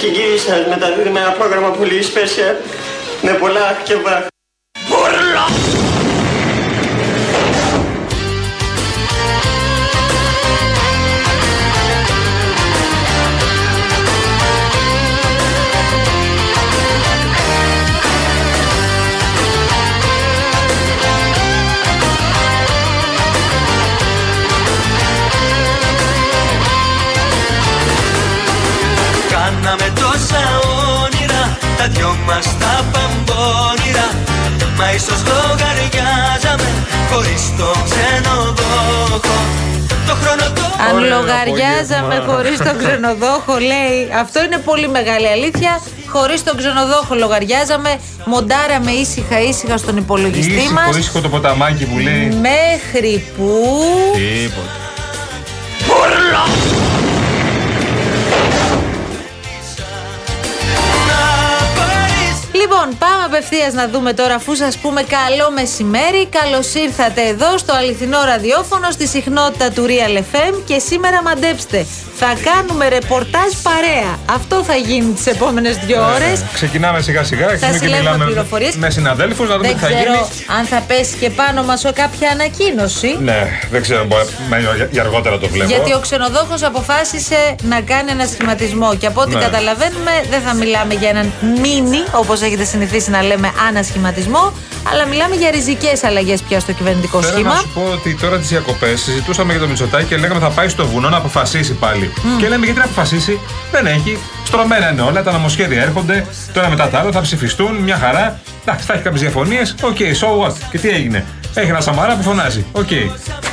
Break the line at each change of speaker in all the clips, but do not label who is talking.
Χιγγύρισα μεταδίδει με ένα πρόγραμμα πολύ special με πολλά και βάχ. Πολλά!
Κάναμε τόσα όνειρα, τα δυο μας τα παμπώνυρα Μα ίσως λογαριάζαμε χωρίς το ξενοδόχο Το χρόνο το
Αν
Ωραίο
λογαριάζαμε
απόγευμα.
χωρίς τον ξενοδόχο, λέει. Αυτό είναι πολύ μεγάλη αλήθεια. Χωρίς τον ξενοδόχο λογαριάζαμε. Μοντάραμε ήσυχα ήσυχα στον υπολογιστή μας.
Ήσυχο, ήσυχο το ποταμάκι που λέει.
Μέχρι που.
Τίποτα.
να πάρεις
Λοιπόν, πάμε απευθείας να δούμε τώρα, αφού σας πούμε καλό μεσημέρι. Καλώς ήρθατε εδώ στο αληθινό ραδιόφωνο στη συχνότητα του Real FM και σήμερα μαντέψτε. Θα κάνουμε ρεπορτάζ παρέα. Αυτό θα γίνει τις επόμενες δύο ώρε.
Ε, Ξεκινάμε σιγά σιγά. αρχίζουμε και
συλλέγουμε
μιλάμε
πληροφορίες.
με συναδέλφους να δούμε
Δεν
τι θα γίνει.
ξέρω αν θα πέσει και πάνω μας κάποια ανακοίνωση.
Ναι, δεν ξέρω. μπορεί- μα- για- Για αργότερα το βλέπω.
Γιατί ο ξενοδόχος αποφάσισε να κάνει ένα σχηματισμό και από ό,τι
Ναι.
καταλαβαίνουμε δεν θα μιλάμε για έναν μίνι, όπως έχετε συνηθίσει να λέμε ανασχηματισμό, αλλά μιλάμε για ριζικές αλλαγές πια στο κυβερνητικό
Θέλω
σχήμα.
να σου πω ότι τώρα τις διακοπές συζητούσαμε για το Μητσοτάκι και λέγαμε θα πάει στο βουνό να αποφασίσει πάλι. Και λέμε γιατί να αποφασίσει, δεν έχει. Στρωμένα είναι όλα, τα νομοσχέδια έρχονται. Τώρα μετά τα άλλα θα ψηφιστούν, μια χαρά. Εντάξει, θα έχει κάποιες διαφωνίες. Οκ, so what. Και τι έγινε. Έχει ένα σαμαρά που φωνάζει. Οκ.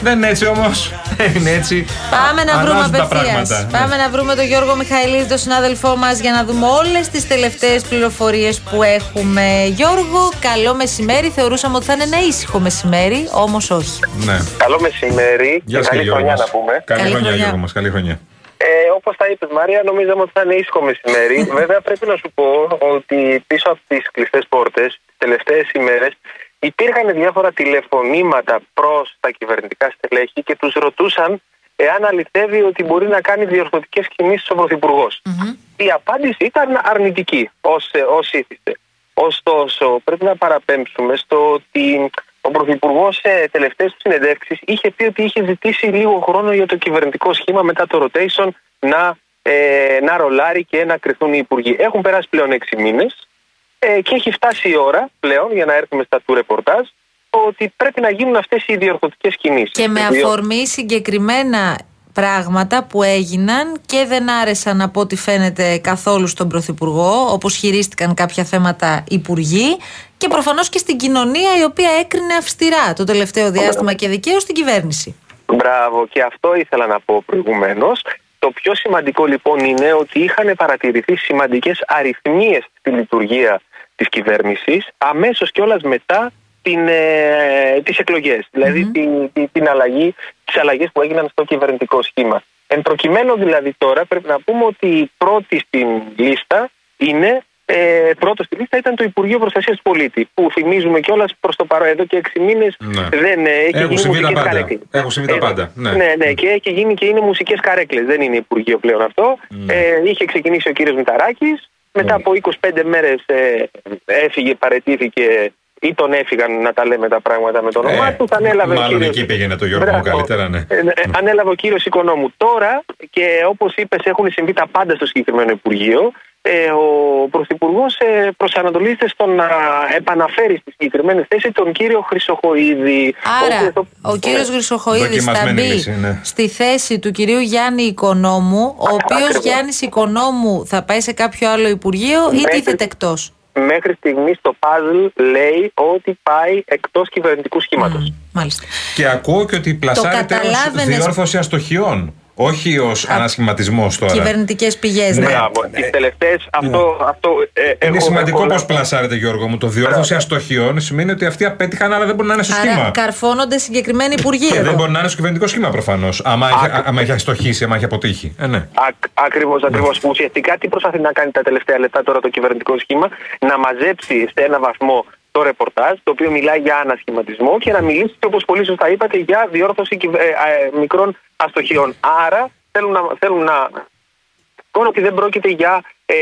Δεν είναι έτσι όμως. Δεν είναι έτσι.
Πάμε να βρούμε
Αλλάζουν τα
απευθείας.
πράγματα. Ναι.
Πάμε να βρούμε τον Γιώργο Μιχαηλίδη, τον συνάδελφό μας, για να δούμε όλες τις τελευταίες πληροφορίες που έχουμε. Γιώργο, καλό μεσημέρι. Θεωρούσαμε ότι θα είναι ένα ήσυχο μεσημέρι, όμως όχι.
Ναι.
Καλό μεσημέρι
Γεια
και
σα,
καλή
Γιώργος.
χρονιά
μας.
να πούμε.
Καλή,
Καλή
χρονιά,
χρονιά.
Γιώργος μα. Καλή χρονιά.
Ε, Όπως τα είπες, Μαρία, νομίζαμε ότι θα είναι ήσυχο μεσημέρι. Βέβαια, πρέπει να σου πω ότι πίσω από τις κλειστές πόρτες, τις τελευταίες ημέρες, υπήρχαν διάφορα τηλεφωνήματα προς τα κυβερνητικά στελέχη και τους ρωτούσαν εάν αληθεύει ότι μπορεί να κάνει διορθωτικές κινήσεις ο πρωθυπουργο Η απάντηση ήταν αρνητική ω ήθιστε. Ωστόσο, πρέπει να παραπέμψουμε στο ότι ο Πρωθυπουργός σε τελευταίες του συνεντεύξεις είχε πει ότι είχε ζητήσει λίγο χρόνο για το κυβερνητικό σχήμα μετά το rotation να, ε, να ρολάρει και να κρυθούν οι υπουργοί. Έχουν περάσει πλέον έξι μήνες ε, και έχει φτάσει η ώρα πλέον, για να έρθουμε στα του ρεπορτάζ, ότι πρέπει να γίνουν αυτές οι διορθωτικές κινήσεις.
Και με αφορμή συγκεκριμένα πράγματα που έγιναν και δεν άρεσαν από ό,τι φαίνεται καθόλου στον Πρωθυπουργό, όπως χειρίστηκαν κάποια θέματα υπουργοί και προφανώς και στην κοινωνία η οποία έκρινε αυστηρά το τελευταίο διάστημα και δικαίως την κυβέρνηση.
Μπράβο, και αυτό ήθελα να πω προηγουμένως. Το πιο σημαντικό λοιπόν είναι ότι είχαν παρατηρηθεί σημαντικές αριθμίες στη λειτουργία της κυβέρνησης αμέσως κιόλα μετά την, ε, τις εκλογές, δηλαδή την, την, την αλλαγή, τις αλλαγές που έγιναν στο κυβερνητικό σχήμα. Εν προκειμένου δηλαδή τώρα πρέπει να πούμε ότι πρώτη στην λίστα είναι ε, πρώτος στη λίστα ήταν το Υπουργείο Προστασίας του Πολίτη, που θυμίζουμε κιόλας προς το παρόν εδώ και έξι μήνες
Ναι.
δεν ε, έχει
Έχουν
γίνει
συμβεί τα πάντα.
μουσικές καρέκλες.
Έχουν συμβεί τα
Ε,
πάντα, ναι.
ναι, ναι, και έχει γίνει και είναι μουσικές καρέκλες. Δεν είναι Υπουργείο πλέον αυτό.
Ναι.
Ε, είχε ξεκινήσει ο κύριος Μηταράκης. Μετά από 25 μέρες ε, έφυγε, παρετήθηκε ή τον έφυγαν να τα λέμε τα πράγματα με το όνομά
Ε,
του. Τα ανέλαβε ο
μάλλον
κύριος-
εκεί πήγαινε το Γιώργο μου
Μπράβο.
καλύτερα, ναι.
Ε, ε, ανέλαβε ο κύριος Οικονόμου τώρα και όπως είπες, έχουν συμβεί τα πάντα στο συγκεκριμένο Υπουργείο. Ε, ο Πρωθυπουργός ε, προσανατολίζεται στο να επαναφέρει στη συγκεκριμένη θέση τον κύριο Χρυσοχοίδη.
Άρα,
οποίος-
ο κύριος
Ναι.
Γρυσοχοίδης θα
Δοκιμασμένη
μπει
λύση, ναι.
στη θέση του κυρίου Γιάννη Οικονόμου, ο οποίος
ακριβώς.
Γιάννης Οικονόμου θα πάει σε κάποιο άλλο Υπουργείο ή
Μέχρι-
τίθεται εκτός.
Μέχρι στιγμής το puzzle λέει ότι πάει εκτός κυβερνητικού σχήματος.
Μάλιστα.
Και ακούω και ότι πλασάρεται ω
καταλάβαινες-
διόρθωσης αστοχιών. Όχι ως ανασχηματισμός τώρα.
Κυβερνητικές πηγές,
Ναι.
ναι.
Μπράβο.
ναι.
Τι τελευταίες αυτό. αυτό ε,
Είναι
έχω-
σημαντικό
έχω-
πώ πλασάρεται, Γιώργο μου. Το διόρθωση αστοχιών σημαίνει ότι αυτοί απέτυχαν, αλλά δεν μπορούν να είναι στο
Άρα
σχήμα.
καρφώνονται συγκεκριμένοι υπουργοί.
Και Ε, δεν
εδώ.
μπορεί να είναι στο κυβερνητικό σχήμα προφανώς. Άμα, έχει- άμα έχει αστοχήσει, άμα έχει αποτύχει. Ε, ναι.
Ακριβώς, ακριβώς. Ουσιαστικά τι προσπαθεί να κάνει τα τελευταία λεπτά τώρα το κυβερνητικό σχήμα, να μαζέψει σε ένα βαθμό το ρεπορτάζ, το οποίο μιλάει για ανασχηματισμό και να μιλήσει, όπως πολύ σωστά είπατε, για διόρθωση κυβε- ε, ε, μικρών αστοχιών. Άρα θέλουν να, θέλουν να εικόνα ότι δεν πρόκειται για ε,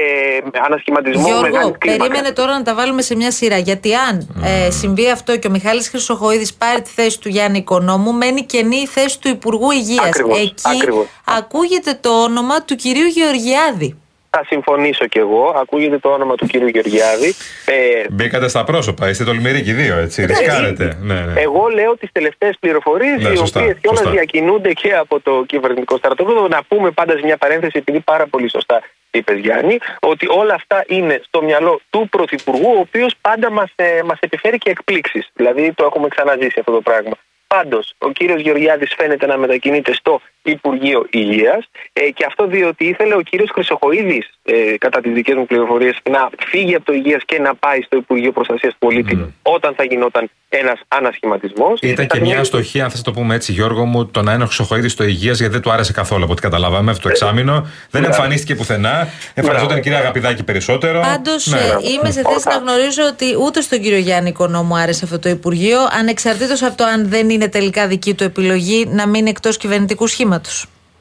ανασχηματισμό μεγάλη
Γιώργο,
κλίμακα.
περίμενε τώρα να τα βάλουμε σε μια σειρά. Γιατί αν ε, συμβεί αυτό και ο Μιχάλης Χρυσοχοίδης πάρει τη θέση του Γιάννη Οικονόμου, μένει κενή η θέση του Υπουργού Υγείας.
Ακριβώς,
Εκεί
ακριβώς.
ακούγεται το όνομα του κυρίου Γεωργιάδη.
Θα συμφωνήσω κι εγώ. Ακούγεται το όνομα του κύριου Γεωργιάδη. Ε,
Μπήκατε στα πρόσωπα, είστε τολμηροί και οι δύο, έτσι. Ρισκάρετε. Ναι, ναι.
Εγώ λέω τις τελευταίες πληροφορίες,
Ναι,
οι
σωστά,
οποίες κιόλας
σωστά.
διακινούνται και από το κυβερνητικό στρατόπεδο. Να πούμε πάντα σε μια παρένθεση, επειδή πάρα πολύ σωστά είπε Γιάννη, ότι όλα αυτά είναι στο μυαλό του Πρωθυπουργού, ο οποίος πάντα μας ε, μας επιφέρει και εκπλήξεις. Δηλαδή το έχουμε ξαναζήσει αυτό το πράγμα. Πάντως, ο κύριος Γεωργιάδης φαίνεται να μετακινείται στο Υπουργείο Υγείας ε, και αυτό διότι ήθελε ο κύριος Χρυσοχοίδης, ε, κατά τις δικές μου πληροφορίες, να φύγει από το Υγείας και να πάει στο Υπουργείο Προστασίας του Πολίτη όταν θα γινόταν ένας ανασχηματισμός.
Ναι. Ήταν και μια στοχή, αν θες το πούμε έτσι, Γιώργο μου, το να είναι ο Χρυσοχοίδης στο υγείας γιατί δεν του άρεσε καθόλου από ό,τι καταλάβαμε αυτό το εξάμεινο. Δεν εμφανίστηκε πουθενά. Εμφανιζόταν η κυρία Αγαπηδάκη περισσότερο.
Πάντως
Ναι.
ε, είμαι σε θέση να γνωρίζω ότι ούτε στον κύριο Γιάννη Οικονόμου άρεσε αυτό το Υπουργείο, ανεξαρτήτως από το αν δεν είναι τελικά δική του επιλογή να μείνει εκτός κυβερνητικού σχήματος.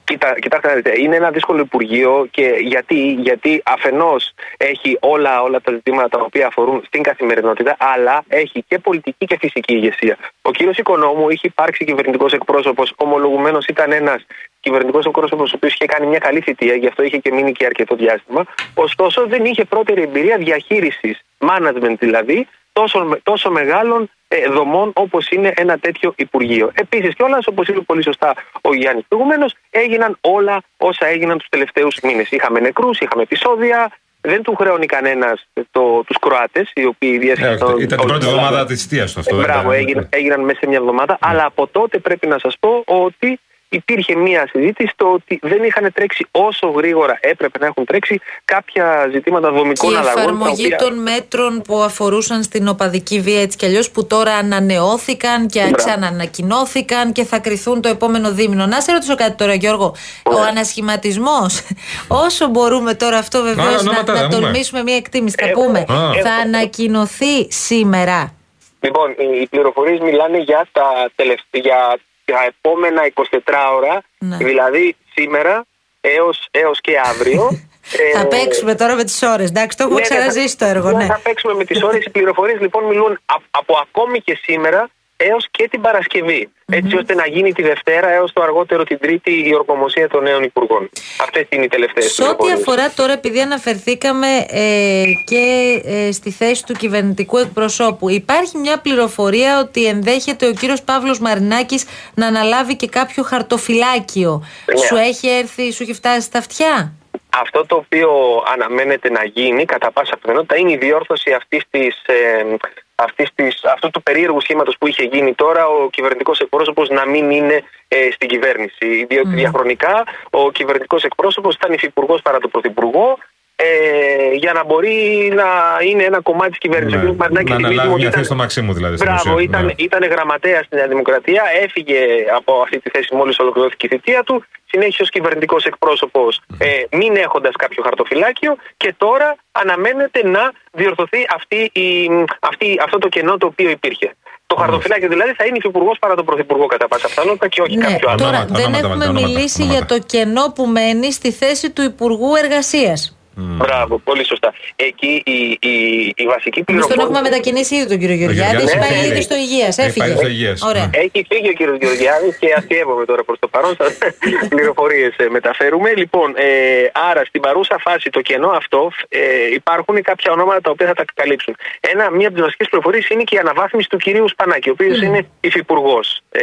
Κοιτά, κοιτάξτε να δείτε, είναι ένα δύσκολο Υπουργείο και γιατί, γιατί αφενός έχει όλα, όλα τα ζητήματα τα οποία αφορούν στην καθημερινότητα, αλλά έχει και πολιτική και φυσική ηγεσία. Ο κύριος Οικονόμου είχε υπάρξει κυβερνητικός εκπρόσωπος, ομολογουμένως ήταν ένας κυβερνητικός εκπρόσωπος, ο οποίος είχε κάνει μια καλή θητεία, γι' αυτό είχε και μείνει και αρκετό διάστημα. Ωστόσο, δεν είχε πρώτερη εμπειρία διαχείρισης, management δηλαδή, τόσο, με- τόσο μεγάλων ε, δομών όπως είναι ένα τέτοιο Υπουργείο. Επίσης κιόλας, όπως είπε πολύ σωστά ο Γιάννης προηγουμένως, έγιναν όλα όσα έγιναν τους τελευταίους μήνες. Είχαμε νεκρούς, είχαμε επεισόδια. Δεν του χρεώνει κανένας το, τους Κροάτες, οι οποίοι
Ε,
διέσχεσαν.
Ήταν την πρώτη εβδομάδα της θητείας του αυτό.
Ε,
δεν
Μπράβο,
ήταν- Ναι.
έγιναν, έγιναν μέσα σε μια εβδομάδα. Αλλά από τότε πρέπει να σας πω ότι υπήρχε μια συζήτηση το ότι δεν είχαν τρέξει όσο γρήγορα έπρεπε να έχουν τρέξει κάποια ζητήματα
Και
δομικών
η
αλλαγών. τα
εφαρμογή
οποία-
των μέτρων που αφορούσαν στην οπαδική βία έτσι κι αλλιώς, που τώρα ανανεώθηκαν και
Μπράβο.
ξαναανακοινώθηκαν και θα κρυθούν το επόμενο δίμηνο. Να σε ρωτήσω κάτι τώρα, Γιώργο. Ο ανασχηματισμός, όσο μπορούμε τώρα αυτό
Α,
βεβαίως να,
ονόματα
να
δεν πούμε.
τολμήσουμε μία εκτίμηση, θα
Ε,
πούμε.
α.
Θα ανακοινωθεί σήμερα.
Λοιπόν, οι οι πληροφορίες μιλάνε για τα, τελευταία, για τα επόμενα 24 ώρα,
Ναι.
δηλαδή σήμερα έως, έως και αύριο.
Θα
Ε,
παίξουμε τώρα με τις ώρες. Εντάξει, το έχουμε
ναι, ναι,
ξαναζήσει το
θα-
έργο, ναι.
Θα παίξουμε με τις ώρες. Οι πληροφορίες λοιπόν μιλούν α- από ακόμη και σήμερα έως και την παρασκευη Έτσι ώστε να γίνει τη Δευτέρα έως το αργότερο την Τρίτη η ορκομοσία των νέων υπουργών. Αυτές είναι οι τελευταίες
Σε ό,τι
πληροφορίες.
αφορά τώρα, επειδή αναφερθήκαμε ε, και ε, στη θέση του κυβερνητικού εκπροσώπου, υπάρχει μια πληροφορία ότι ενδέχεται ο κύριος Παύλος Μαρινάκης να αναλάβει και κάποιο χαρτοφυλάκιο.
Ναι.
Σου έχει έρθει, σου έχει φτάσει στα αυτιά.
Αυτό το οποίο αναμένεται να γίνει κατά πάσα πιθανότητα είναι η διόρθωση αυτής της, ε, αυτής της, αυτού του περίεργου σχήματος που είχε γίνει τώρα ο κυβερνητικός εκπρόσωπος να μην είναι ε, στην κυβέρνηση.
Ναι.
Διότι διαχρονικά ο κυβερνητικός εκπρόσωπος ήταν υφυπουργός παρά τον πρωθυπουργό ε, για να μπορεί να είναι ένα κομμάτι της κυβέρνησης.
Ναι,
Ο κ. Μαρινάκης,
να
θυμίζουμε
αναλάβει
ότι
μια
ήταν-
θέση στο Μαξίμου, δηλαδή, στην
Μπράβο,
ουσία,
ήταν,
ναι.
ήταν γραμματέας στη Νέα Δημοκρατία, έφυγε από αυτή τη θέση μόλις ολοκληρώθηκε η θητεία του. Συνέχισε ως κυβερνητικός εκπρόσωπος, ε, μην έχοντας κάποιο χαρτοφυλάκιο. Και τώρα αναμένεται να διορθωθεί αυτή η, αυτή, αυτό το κενό το οποίο υπήρχε. Το χαρτοφυλάκιο δηλαδή θα είναι υφυπουργός παρά τον πρωθυπουργό κατά πάσα πιθανότητα και όχι
Ναι,
κάποιο άλλο.
τώρα
Ονόματα,
δεν
ονόματα,
έχουμε
ονόματα,
μιλήσει
ονόματα.
για το κενό που μένει στη θέση του Υπουργού Εργασίας.
Μπράβο, πολύ σωστά. Εκεί η, η, η βασική
Εμείς τον
πληροφορία.
έχουμε μετακινήσει ήδη τον κύριο Γεωργιάδη.
Γεωργιάδης
Έχει
έχει
πάει
φύγει.
ήδη στο Υγείας,
Έχει πάει
Έφυγε.
στο Υγείας,
Ωραία.
ναι.
Έχει φύγει ο κύριος Γεωργιάδης και αστείευομαι τώρα προς το παρόν. Πληροφορίες μεταφέρουμε. Λοιπόν, ε, άρα στην παρούσα φάση το κενό αυτό ε, υπάρχουν κάποια ονόματα τα οποία θα τα καλύψουν. Ένα, μία από τις βασικές πληροφορίες είναι και η αναβάθμιση του κυρίου Σπανάκη, ο οποίος είναι υφυπουργός. Ε,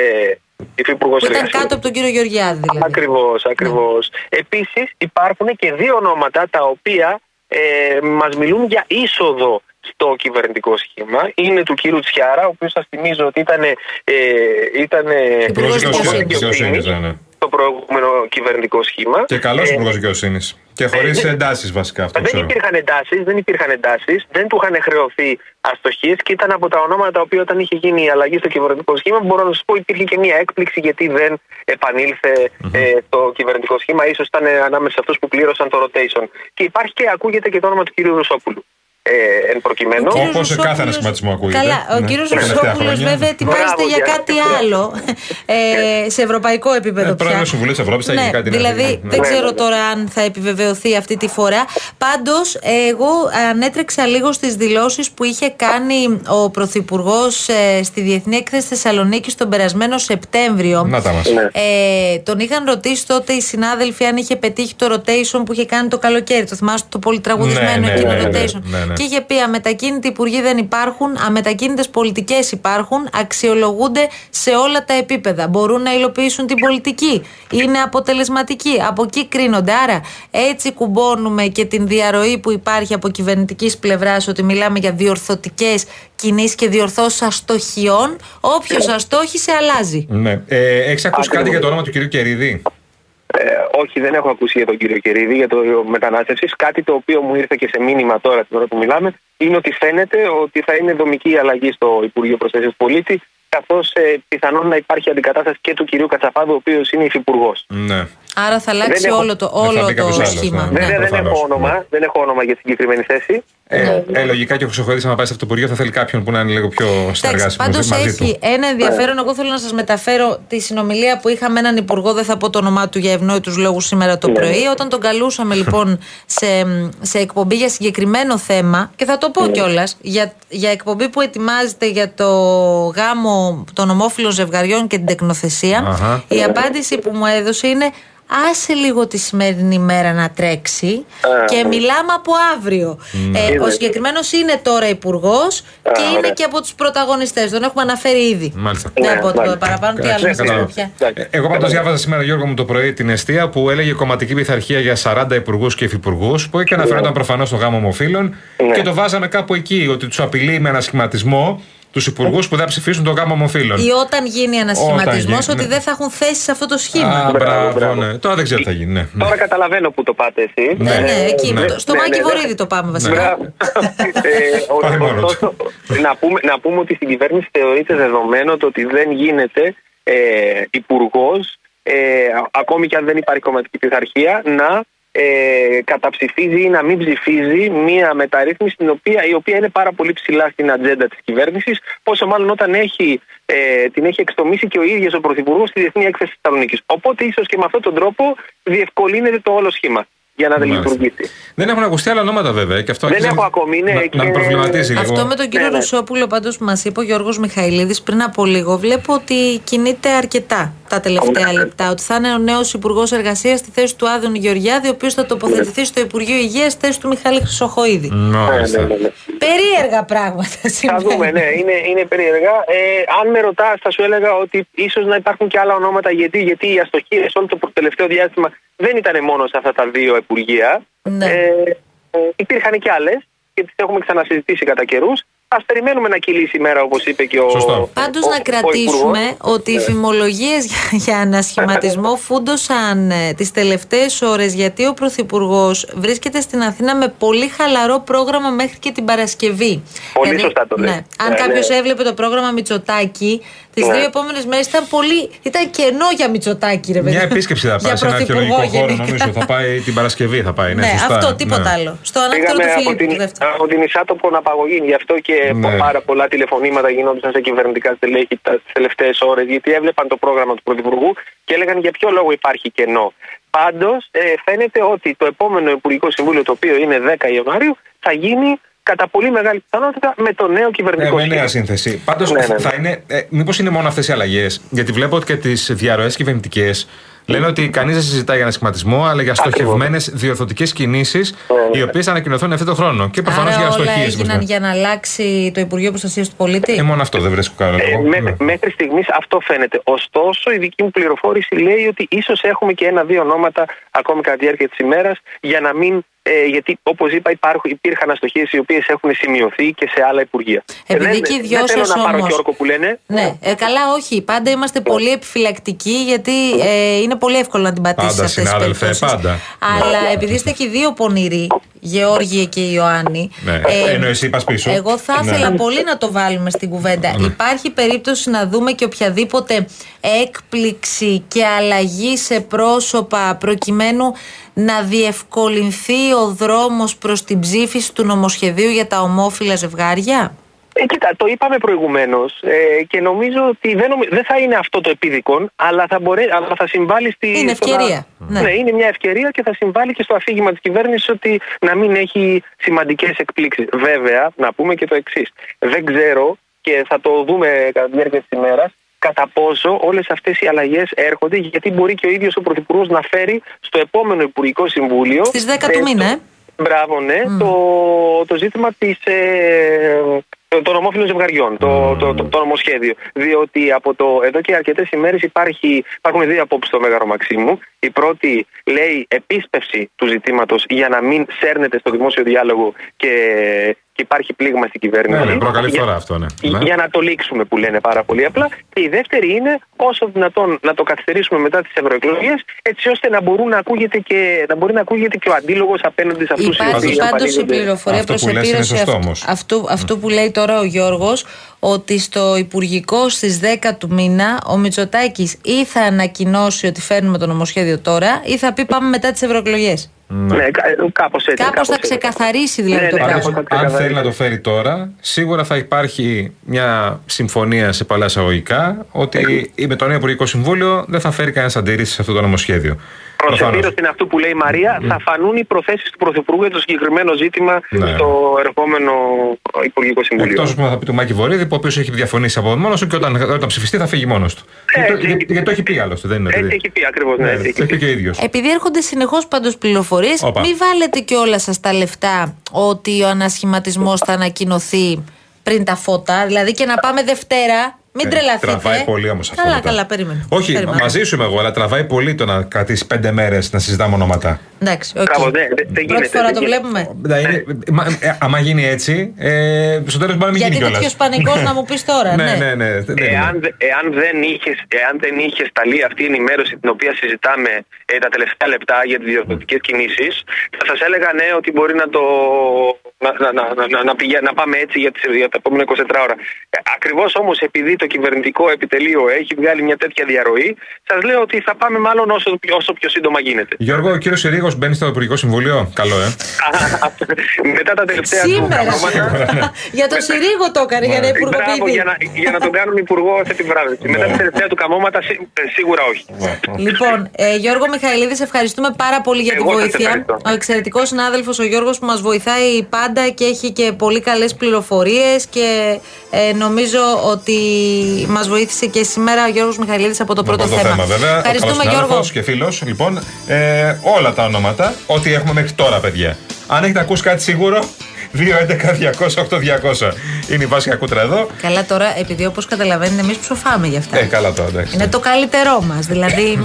υφυπουργός
Που ήταν
εργασίας.
κάτω από τον κύριο Γεωργιάδη. δηλαδή.
Ακριβώς, ακριβώς. Επίσης, υπάρχουν και δύο ονόματα τα οποία ε, μας μιλούν για είσοδο στο κυβερνητικό σχήμα. Είναι του κύριου Τσιάρα, ο οποίος σας θυμίζω ότι ήταν. Ε, ήταν
Υπουργός
Υπουργός Δικαιοσύνης, ναι, ναι.
το προηγούμενο κυβερνητικό σχήμα.
Και καλός
Ε,
υπουργός δικαιοσύνη. Και χωρίς
ναι.
εντάσεις βασικά αυτό
δεν
ξέρω.
υπήρχαν εντάσεις, δεν υπήρχαν εντάσεις, δεν του είχαν χρεωθεί αστοχίες και ήταν από τα ονόματα τα οποία όταν είχε γίνει η αλλαγή στο κυβερνητικό σχήμα, μπορώ να σας πω υπήρχε και μια έκπληξη γιατί δεν επανήλθε ε, το κυβερνητικό σχήμα. σω ήταν ε, ανάμεσα σε αυτούς που πλήρωσαν το rotation. Και υπάρχει και ακούγεται και το όνομα του κ. Ρουσόπουλου. ε, εν προκειμένου.
Ο κύριος
Όπως σε
Ρουσόπουλος-
κάθε ανασχηματισμό ακούγεται.
Καλά. Ο
Ναι.
κύριος
Τα τελευταία
Ρουσόπουλο,
χρόνια.
βέβαια, ετοιμάζεται
Μπράβο,
για
Γιάννη.
κάτι άλλο. ε, σε ευρωπαϊκό επίπεδο
Ε,
πια.
πρόεδρος της Βουλής Ευρώπης, θα
ναι,
γίνει κάτι, ναι,
Δηλαδή,
ναι.
δεν
Ναι,
ξέρω
ναι.
τώρα αν θα επιβεβαιωθεί αυτή τη φορά. Πάντως, εγώ ανέτρεξα λίγο στις δηλώσεις που είχε κάνει ο Πρωθυπουργός στη Διεθνή Έκθεση Θεσσαλονίκης τον περασμένο Σεπτέμβριο.
Να τα μας.
Ναι.
Ε, τον είχαν ρωτήσει τότε οι συνάδελφοι αν είχε πετύχει το rotation που είχε κάνει το καλοκαίρι. Το θυμάστε το πολύ τραγουδισμένο
Ναι, ναι,
εκείνο
ναι, ναι,
rotation.
ναι, ναι.
Και είχε πει αμετακίνητοι υπουργοί δεν υπάρχουν, αμετακίνητες πολιτικές υπάρχουν, αξιολογούνται σε όλα τα επίπεδα. Μπορούν να υλοποιήσουν την πολιτική, είναι αποτελεσματικοί, από εκεί κρίνονται. Άρα έτσι κουμπώνουμε και την διαρροή που υπάρχει από κυβερνητικής πλευράς ότι μιλάμε για διορθωτικές κινήσεις και διορθώσεις αστοχιών. Όποιος αστόχησε αλλάζει.
Ναι. Ε, Έχεις ακούσει κάτι
Ακριβώς.
για το όνομα του κυρίου Κερίδη.
Ε, όχι, δεν έχω ακούσει για τον κύριο Κερίδη, για το μετανάστευσης. Κάτι το οποίο μου ήρθε και σε μήνυμα τώρα, την ώρα που μιλάμε, είναι ότι φαίνεται ότι θα είναι δομική η αλλαγή στο Υπουργείο Προστασίας Πολίτη, καθώς πιθανόν να υπάρχει αντικατάσταση και του κυρίου Κατσαφάδου, ο οποίος είναι υφυπουργός.
Ναι.
Άρα θα αλλάξει
Δεν έχω-
όλο το,
θα
όλο
μπει κάποιος
το
άλλος,
σχήμα.
ναι.
ναι.
Βέβαια δεν
προφανώς,
έχω όνομα,
ναι.
δεν έχω όνομα για συγκεκριμένη θέση.
Ναι.
Ε, ε, λογικά και ο Χρυσοχοίδης, να πάει σε αυτό το Υπουργείο, θα θέλει κάποιον που να είναι λίγο πιο
Εντάξει,
συνεργάσιμο
πάντως
μαζί
έχει
του.
ένα ενδιαφέρον. Εγώ θέλω να σας μεταφέρω τη συνομιλία που είχα με έναν υπουργό. Δεν θα πω το όνομά του για ευνόητους λόγους σήμερα το πρωί. Όταν τον καλούσαμε λοιπόν σε, σε εκπομπή για συγκεκριμένο θέμα, και θα το πω κιόλας, για, για εκπομπή που ετοιμάζεται για το γάμο των ομόφυλων ζευγαριών και την τεκνοθεσία,
Αχα.
η απάντηση που μου έδωσε είναι. Άσε λίγο τη σημερινή μέρα να τρέξει
Α,
και
ναι.
μιλάμε από αύριο.
Ναι.
Ε, ο
Είδες.
συγκεκριμένος είναι τώρα υπουργός και
Α,
είναι
ωραία.
και από τους πρωταγωνιστές. Τον έχουμε αναφέρει ήδη.
Μάλιστα.
Ναι,
Ναι,
από το
μάλιστα.
παραπάνω. Τι
Καλά,
άλλο να σας
Ναι, κατάλαβα.
πω πια.
Εντάξει.
Ε, Εγώ πάντως
Κατάλαβα.
διάβαζα σήμερα, Γιώργο μου, το πρωί την αιστεία που έλεγε κομματική πειθαρχία για 40 υπουργούς και υφυπουργούς, που και αναφερόταν προφανώς στο γάμο ομοφύλων
Ναι.
και το βάζαμε κάπου εκεί, ότι τους απειλεί με ένα σχηματισμό τους υπουργούς που δεν ψηφίσουν το γάμο ομοφύλων.
Ή όταν γίνει ένας
Όταν
σχηματισμός,
γίνει,
ότι
ναι.
δεν θα έχουν θέση σε αυτό το σχήμα.
Α,
Μπράβο,
μπράβο,
μπράβο.
ναι. Τώρα δεν ξέρω τι θα γίνει. Ναι.
Τώρα καταλαβαίνω που το πάτε εσεί.
ναι,
ναι.
ναι, εκεί.
Ναι.
Το- Στο
Ναι, ναι,
Μάκη
ναι.
Βορύδη το πάμε βασικά.
Μπράβο. Ε, ο-
Πάει μόνο του.
ωστόσο, να, πούμε, να πούμε ότι στην κυβέρνηση θεωρείται δεδομένο το ότι δεν γίνεται ε, υπουργός, ε, α- ακόμη και αν δεν υπάρχει κομματική πειθαρχία, να ε, καταψηφίζει ή να μην ψηφίζει μία μεταρρύθμιση την οποία, η οποία είναι πάρα πολύ ψηλά στην ατζέντα της κυβέρνησης πόσο μάλλον όταν έχει, ε, την έχει εξτομίσει και ο ίδιος ο Πρωθυπουργός στη Διεθνή Έκθεση Θεσσαλονίκης. Οπότε ίσως και με αυτόν τον τρόπο διευκολύνεται το όλο σχήμα για να δεν
Μάλιστα.
λειτουργήσει.
Δεν έχουν ακουστεί άλλα ονόματα βέβαια. Και αυτό
Δεν
αρχίζει
έχω
να-
ακόμη, ναι,
να,
και-
να με προβληματίζει λίγο.
Αυτό με τον κύριο
ναι.
Ρουσόπουλο πάντω που μας είπε ο Γιώργος Μιχαηλίδης πριν από λίγο, βλέπω ότι κινείται αρκετά τα τελευταία
Ναι.
λεπτά. Ότι θα είναι ο νέος Υπουργός Εργασίας στη θέση του Άδων Γεωργιάδη, ο οποίος θα τοποθετηθεί στο Υπουργείο Υγείας στη θέση του Μιχάλη Χρυσοχοίδη.
Ναι,
Ναι,
Μάλιστα.
ναι, ναι, ναι.
Περίεργα πράγματα
Θα
συμβαίνουν.
δούμε, ναι, είναι, είναι περίεργα. Ε, αν με ρωτάς, θα σου έλεγα ότι ίσως να υπάρχουν και άλλα ονόματα. Γιατί, γιατί οι αστοχίες όλο το τελευταίο διάστημα δεν ήταν μόνο σε αυτά τα δύο υπουργεία.
Ναι.
Ε, ε, υπήρχαν και άλλες και τις έχουμε ξανασυζητήσει κατά καιρούς. Ας περιμένουμε να κυλήσει η μέρα, όπως είπε και ο.
Σωστό.
Πάντως
ο-
να
ο
κρατήσουμε
υπουργός. Ναι.
ότι οι φημολογίες για, για ανασχηματισμό φούντωσαν ε, τις τελευταίες ώρες γιατί ο Πρωθυπουργός βρίσκεται στην Αθήνα με πολύ χαλαρό πρόγραμμα μέχρι και την Παρασκευή.
Πολύ σωστά το λες.
Ναι. Αν
Ναι,
κάποιος
ναι.
έβλεπε το πρόγραμμα Μητσοτάκη, τις
Ναι.
δύο επόμενες μέρες ήταν πολύ. ήταν κενό για Μητσοτάκη,
ναι.
ρε παιδί.
Μια
μου.
επίσκεψη θα
Για
πάει σε ένα
πρωθυπουργό
αρχαιολογικό χώρο,
γενικά.
νομίζω. Θα πάει την Παρασκευή, θα πάει. Ναι,
Ναι,
σωστά.
αυτό, τίποτα
Ναι.
άλλο. Στο ανάκτορο
Πήγαμε
του
από
Φιλίππου.
την,
το δεύτερο.
από την Ισάτοπον απαγωγή. Γι' αυτό και
Ναι.
πάρα πολλά τηλεφωνήματα γινόντουσαν σε κυβερνητικά στελέχη τι τελευταίες ώρες, γιατί έβλεπαν το πρόγραμμα του Πρωθυπουργού και έλεγαν για ποιο λόγο υπάρχει κενό. Πάντως, ε, φαίνεται ότι το επόμενο Υπουργικό Συμβούλιο, το οποίο είναι 10 Ιανουαρίου, θα γίνει κατά πολύ μεγάλη πιθανότητα με το νέο
Ε,
κυβερνητικό
με νέα
σχήμα.
σύνθεση. Πάντως,
Ναι, ναι, ναι.
θα είναι. Ε, Μήπως είναι μόνο αυτές οι αλλαγές. Γιατί βλέπω ότι και τις διαρροές κυβερνητικές λένε ότι κανείς δεν συζητάει για ένα σχηματισμό, αλλά για
Ακριβώς.
στοχευμένες διορθωτικές κινήσεις,
ναι.
οι οποίες θα ανακοινωθούν αυτό το χρόνο. Και προφανώς για
Άρα όλα έγιναν
αστοχίε.
για να αλλάξει το Υπουργείο Προστασίας του Πολίτη.
Ε, μόνο αυτό δεν βρίσκω καλό.
Ε,
λόγο.
μέ-
Ναι.
Μέχρι στιγμής αυτό φαίνεται. Ωστόσο, η δική μου πληροφόρηση λέει ότι ίσως έχουμε και ένα-δύο ονόματα ακόμη κατά τη διάρκεια της ημέρας για να μην. Ε, γιατί, όπως είπα, υπάρχουν, υπήρχαν αστοχίες οι οποίες έχουν σημειωθεί και σε άλλα υπουργεία. Ε,
Επειδή
δεν,
και οι δυο
δεν θέλω
σας
να πάρω
όμως-
και όρκο που λένε.
Ναι, ε, καλά, όχι. Πάντα είμαστε πολύ επιφυλακτικοί γιατί ε, είναι πολύ εύκολο να την πατήσεις
Πάντα,
αυτές τις
συνάδελφε,
περιπτώσεις.
πάντα.
Αλλά
Ναι.
επειδή είστε και οι δύο πονηροί, Γεώργιε και Ιωάννη. ε,
Ναι. Ενώ εσύ πας πίσω.
Εγώ θα
Ναι.
ήθελα πολύ να το βάλουμε στην κουβέντα.
Ναι.
Υπάρχει περίπτωση να δούμε και οποιαδήποτε έκπληξη και αλλαγή σε πρόσωπα προκειμένου να διευκολυνθεί ο δρόμος προς την ψήφιση του νομοσχεδίου για τα ομόφυλα ζευγάρια.
Ε, κοίτα, το είπαμε προηγουμένως ε, και νομίζω ότι δεν, νομι- δεν θα είναι αυτό το επίδικον, αλλά θα, μπορεί, αλλά θα συμβάλλει στη.
Είναι
στο να-
ευκαιρία, ναι.
Ναι. είναι μια ευκαιρία και θα συμβάλλει και στο αφήγημα της κυβέρνησης ότι να μην έχει σημαντικές εκπλήξεις. Βέβαια, να πούμε και το εξής. Δεν ξέρω και θα το δούμε κατά τη διάρκεια της ημέρας κατά πόσο όλες αυτές οι αλλαγές έρχονται, γιατί μπορεί και ο ίδιος ο Πρωθυπουργός να φέρει στο επόμενο Υπουργικό Συμβούλιο.
Στις 10 του
ε,
μήνα, ε.
Μπράβο, ναι. Το, το ζήτημα της, ε, των- των ομόφυλων ζευγαριών, το, το, το, το νομοσχέδιο. Διότι από το, εδώ και αρκετές ημέρες υπάρχουν δύο απόψεις στο Μέγαρο Μαξίμου. Η πρώτη λέει επίσπευση του ζητήματος για να μην σέρνεται στο δημόσιο διάλογο και, και υπάρχει πλήγμα στην
Ναι,
κυβέρνηση.
ναι, προκαλεί
Για-
φθορά αυτό, ναι.
για,
Ναι.
να το λήξουμε που λένε πάρα πολύ απλά. Και η δεύτερη είναι όσο δυνατόν να το καθυστερήσουμε μετά τις ευρωεκλογές, έτσι ώστε να, μπορούν να, ακούγεται και, να μπορεί να ακούγεται και ο αντίλογος απέναντι σε αυτούς
Υπάρχει
Πάντως-
πάντως η πληροφορία
Αυτό
προ
που λες είναι
επίρρωση
σωστό
αυτ-
όμως. Mm.
αυτού, αυτού που λέει τώρα ο Γιώργος, ότι στο Υπουργικό στις 10 του μήνα ο Μητσοτάκης ή θα ανακοινώσει ότι φέρνουμε το νομοσχέδιο τώρα ή θα πει πάμε μετά τις ευρωεκλογές.
Ναι, κάπως έτσι.
Κάπως
κάπως
θα
έτσι.
ξεκαθαρίσει δηλαδή
Ναι,
το
ναι,
Πάντως,
κάπως
πράγμα.
θα
αν
ξεκαθαρίσει.
θέλει να το φέρει τώρα, σίγουρα θα υπάρχει μια συμφωνία σε παλιά εισαγωγικά ότι
Ε.
η- με το νέο Υπουργικό Συμβούλιο δεν θα φέρει κανένας αντίρρηση σε αυτό το νομοσχέδιο.
Προς
Προφανώς.
επίρρωση είναι αυτού που λέει η Μαρία, θα φανούν οι προθέσεις του Πρωθυπουργού για το συγκεκριμένο ζήτημα
Ναι.
στο ερχόμενο Υπουργικό Συμβουλίο.
Εκτός που θα πει του Μάκη Βορύδη, που ο οποίος έχει διαφωνήσει από μόνος του και όταν, όταν ψηφιστεί θα φύγει μόνος του.
Ε,
γιατί,
έτσι-
γιατί- γιατί το έχει πει άλλωστε, δεν είναι.
Έτσι
ότι-
έχει πει ακριβώς. Ναι,
Ναι,
έτσι έχει
το έχει πει
πει.
και ο ίδιος.
Επειδή έρχονται συνεχώς πάντως πληροφορίες,
Όπα.
μην βάλετε και όλα σας τα λεφτά ότι ο ανασχηματισμός θα ανακοινωθεί πριν τα φώτα. Δηλαδή και να πάμε Δευτέρα, μην τρελαθείτε.
Ε, Τραβάει πολύ όμως αυτό.
Καλά,
μετά.
καλά, περίμενε.
Όχι,
Περίμενε.
μαζί σου είμαι εγώ, αλλά τραβάει πολύ το να κρατήσεις πέντε μέρες να συζητάμε ονόματα.
Εντάξει, οκ.
Μπράβο, ναι, δεν- δεν
Πρώτη
γίνεται,
φορά
δεν
το
γίνεται.
βλέπουμε.
Να είναι, μα- ε, άμα γίνει έτσι, ε, στο τέλος μπορεί να μην
Γιατί
γίνει κιόλα.
τέτοιος πανικός να μου πεις τώρα,
ναι,
ναι.
ναι, ναι. δεν είναι.
Εάν, δε- εάν, δεν είχες, εάν δεν είχες σταλεί αυτή η ενημέρωση την οποία συζητάμε ε, τα τελευταία λεπτά για τις διορθωτικές κινήσεις θα σας έλεγα ναι ότι μπορεί να το να, να, να, να, να, πηγα- να πάμε έτσι για, τις, για τα επόμενα 24 ώρα. Ε, ακριβώς όμως επειδή το κυβερνητικό επιτελείο έχει βγάλει μια τέτοια διαρροή σας λέω ότι θα πάμε μάλλον όσο, όσο πιο σύντομα γίνεται.
Γιώργο, ο κύριος Ερήγος μπαίνει στο Υπουργικό Συμβουλίο. Καλό, ε.
Μετά τα τελευταία του
Σήμερα.
πράγματα-
για τον Συρίγο το έκανε, για να
Μπράβο, για
υπουργοποιηθεί.
να, για να τον κάνουν υπουργό σε την βράδυ. Μετά τα τελευταία του καμώματα σί- ε, σίγουρα όχι.
Λοιπόν, ε, Γιώργο Μιχαηλίδη, σε ευχαριστούμε πάρα πολύ για τη
Εγώ σας
βοήθεια.
ευχαριστώ.
Ο εξαιρετικός συνάδελφος, ο Γιώργος, που μας βοηθάει πάντα και έχει και πολύ καλές πληροφορίες. Και ε, νομίζω ότι μας βοήθησε και σήμερα ο Γιώργος Μιχαηλίδη από το
Με
πρώτο,
αυτό το θέμα, βέβαια.
Ευχαριστούμε,
Καλός
Γιώργο.
συνάδελφος και φίλος. Λοιπόν, ε, όλα τα ονόματα, ό,τι έχουμε μέχρι τώρα, παιδιά. Αν έχετε ακούσει κάτι σίγουρο, 211-200-8200. Είναι η Βάσια Κούτρα εδώ.
Καλά, τώρα, επειδή όπως καταλαβαίνετε, εμείς ψοφάμε γι' αυτά.
Ε, καλά τώρα, εντάξει.
Είναι το καλύτερό μας. Δηλαδή,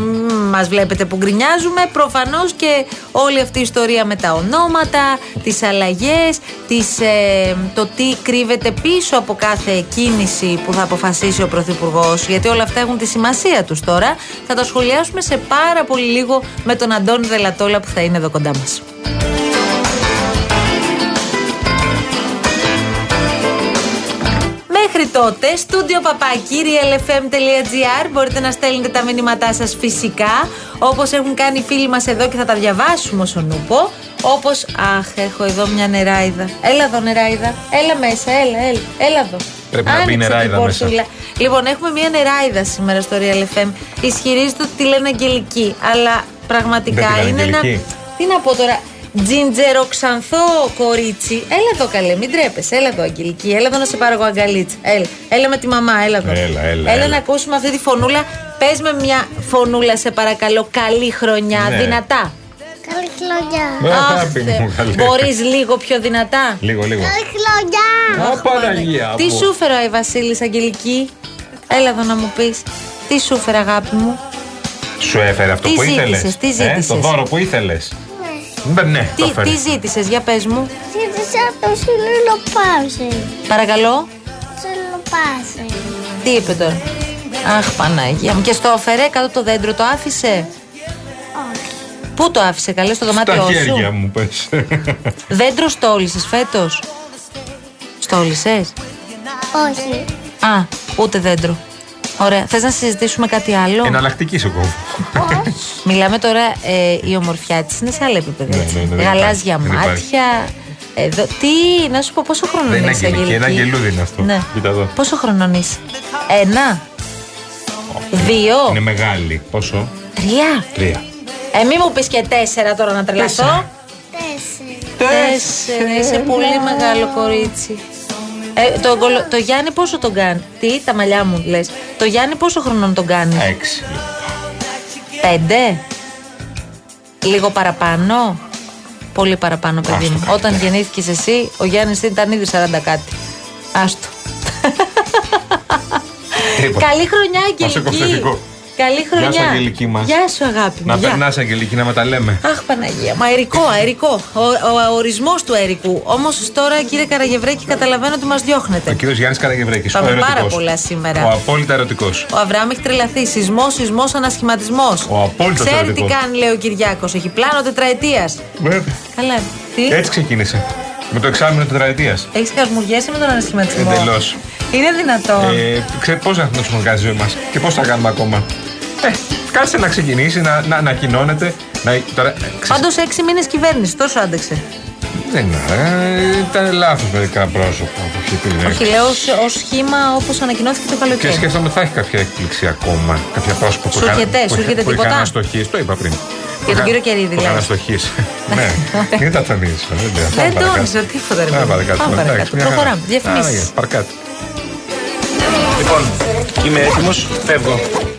μα βλέπετε που γκρινιάζουμε. Προφανώς και όλη αυτή η ιστορία με τα ονόματα, τις αλλαγές, ε, το τι κρύβεται πίσω από κάθε κίνηση που θα αποφασίσει ο Πρωθυπουργός. Γιατί όλα αυτά έχουν τη σημασία τους τώρα. Θα τα σχολιάσουμε σε πάρα πολύ λίγο με τον Αντώνη Δελατόλα που θα είναι εδώ κοντά μας. Μέχρι τότε, στούντιο παπάκι, realfm.gr. Μπορείτε να στέλνετε τα μηνύματά σας φυσικά, όπως έχουν κάνει οι φίλοι μας εδώ και θα τα διαβάσουμε όσον ούπο. Όπως. Αχ, έχω εδώ μια νεράιδα. Έλα εδώ, νεράιδα. Έλα μέσα, έλα, έλα. Έλα εδώ.
Πρέπει να μπει
Άνοιξε την
νεράιδα μέσα.
πόρτουλα. Λοιπόν, έχουμε μια νεράιδα σήμερα στο Real FM. Ισχυρίζεται ότι τη λένε Αγγελική, αλλά πραγματικά
Δεν τη
είναι
λένε
ένα.
Αγγελική.
Τι να πω τώρα. Τζιντζεροξανθό κορίτσι. Έλα εδώ καλέ, μην τρέπεσαι. Έλα εδώ, Αγγελική. Έλα εδώ να σε πάρω εγώ αγκαλίτσα. Έλα, έλα με τη μαμά, έλα εδώ.
Έλα, έλα, έλα.
να ακούσουμε αυτή τη φωνούλα. Πες με μια φωνούλα, σε παρακαλώ. Καλή χρονιά,
Ναι.
δυνατά.
Καλή χρονιά.
Ε,
Αχ,
αγάπη
Θεέ.
μου, καλέ.
Μπορείς λίγο πιο δυνατά.
Λίγο, λίγο.
Καλή χρονιά.
Ω, Παναγία.
Τι
μου.
σου φέρα η Βασίλισσα Αγγελική. Έλα εδώ να μου πεις. Τι σου φέρα, αγάπη μου.
Σου έφερε αυτό
Τι
που
ζήτησες,
ήθελες.
τι
Ε,
ζήτησες.
το δώρο που ήθελες. Ναι, ναι, το
Τι,
έφερε.
τι ζήτησες, για πες μου.
Ζήτησα το σιλιλοπάζι.
Παρακαλώ.
Σιλιλοπάζι.
Τι είπε τώρα. Αχ, Παναγία μου. Και στο έφερε κάτω από το δέντρο, το άφησε.
Όχι.
Πού το άφησε, καλές, στο δωμάτιό
Τα χέρια
σου.
μου, πες.
Δέντρο στόλισε φέτο. Στόλισε.
Όχι.
Α, ούτε δέντρο. Ωραία. Θες να συζητήσουμε κάτι άλλο.
Εναλλακτική σε κόβω.
Μιλάμε τώρα, ε, η ομορφιά της είναι σε άλλα επίπεδα.
Ναι,
έτσι.
ναι, ναι, δεν
Γαλάζια
υπάρχει, δεν
μάτια. Εδώ, τι, να σου πω πόσο χρόνο
Δεν είναι
είναι η
αγγελική,
Αγγελική.
ένα αγγελούδι είναι αυτό.
Ναι.
Κοίτα εδώ.
Πόσο χρόνο είσαι. Ένα.
Ναι.
Δύο.
Είναι μεγάλη. Πόσο?
Τρία.
Τρία.
Ε, μη μου πεις και τέσσερα τώρα να τρελαθώ.
Τέσσερα.
Τέσσερα.
Τέσσερα. Είσαι πολύ μεγάλο κορίτσι. Ε, το, γκολο- το Γιάννη πόσο τον κάνει. Τι, τα μαλλιά μου λες. Το Γιάννη πόσο χρονών τον κάνει.
Έξι.
Πέντε. Λίγο παραπάνω. Πολύ παραπάνω, παιδί
Άστο,
μου.
καλύτερα.
Όταν γεννήθηκες εσύ, ο Γιάννης ήταν ήδη 40 κάτι. Άστο.
Τίποτα.
Καλή χρονιά,
Μας έκοψε
Αγγελική.
ηθικό.
Καλή χρονιά.
Γεια σου, Αγγελική μας.
Γεια σου, αγάπη μου.
Να
Γεια.
περνάς, Αγγελική, να με τα λέμε.
Αχ, Παναγία. Μα αερικό, αερικό. Ο, ο ορισμός του αερικού. Όμως τώρα, κύριε Καραγευρέκη, καταλαβαίνω ότι μας διώχνετε.
Ο κύριος Γιάννης Καραγευρέκης.
Πάμε πάρα πολλά σήμερα.
Ο απόλυτα ερωτικός.
Ο Αβραάμ έχει τρελαθεί. Σεισμός, σεισμός, ανασχηματισμός.
Ο απόλυτος
Ξέρει τι
ερωτικός.
κάνει, λέει ο Κυριάκος. Έχει πλάνο τετραετίας. Καλά. Τι.
Έτσι ξεκίνησε. Με το εξάμεινο τετραετίας.
Έχεις κασμουριέσει με τον ανασχηματισμό.
Εντελώς.
Είναι δυνατόν.
Ε, ξέρει πώς να έχουμε κάνει τη ζωή μας και πώς θα κάνουμε ακόμα. Ε, κάτσε να ξεκινήσει, να, να ανακοινώνεται. Να, τώρα, ε, ξέρεις,
Πάντως έξι μήνες κυβέρνηση, τόσο άντεξε.
δεν είναι, ε, ήταν λάθος μερικά πρόσωπα που είχε πει.
Όχι, λέω ως σχήμα όπως ανακοινώθηκε το
Και
καλοκαίρι.
σκέφτομαι θα έχει κάποια έκπληξη ακόμα. Κάποια πρόσωπα που
Σου
είχα-
έρχεται,
που
σου
είχα-
έρχεται
που είχαν
τίποτα?
αστοχίες. Το είπα πριν.
τον κύριο Κερίδη,
Που είχαν
λες.
αστοχίες. Ναι, δεν τα τονίζω. Δεν τα- πάμε
Δεν
παρακάτω.
τόνιζα τίποτα. ρε
Πάμε
παιδί μου.
παρακάτω.
Πάμε
εντάξει,
παρακάτω.
μια χαρά.
Προχωράμε.
Άραγε,
Διαφημίσει.
Παρακάτω.
Λοιπόν, είμαι έτοιμος, φεύγω.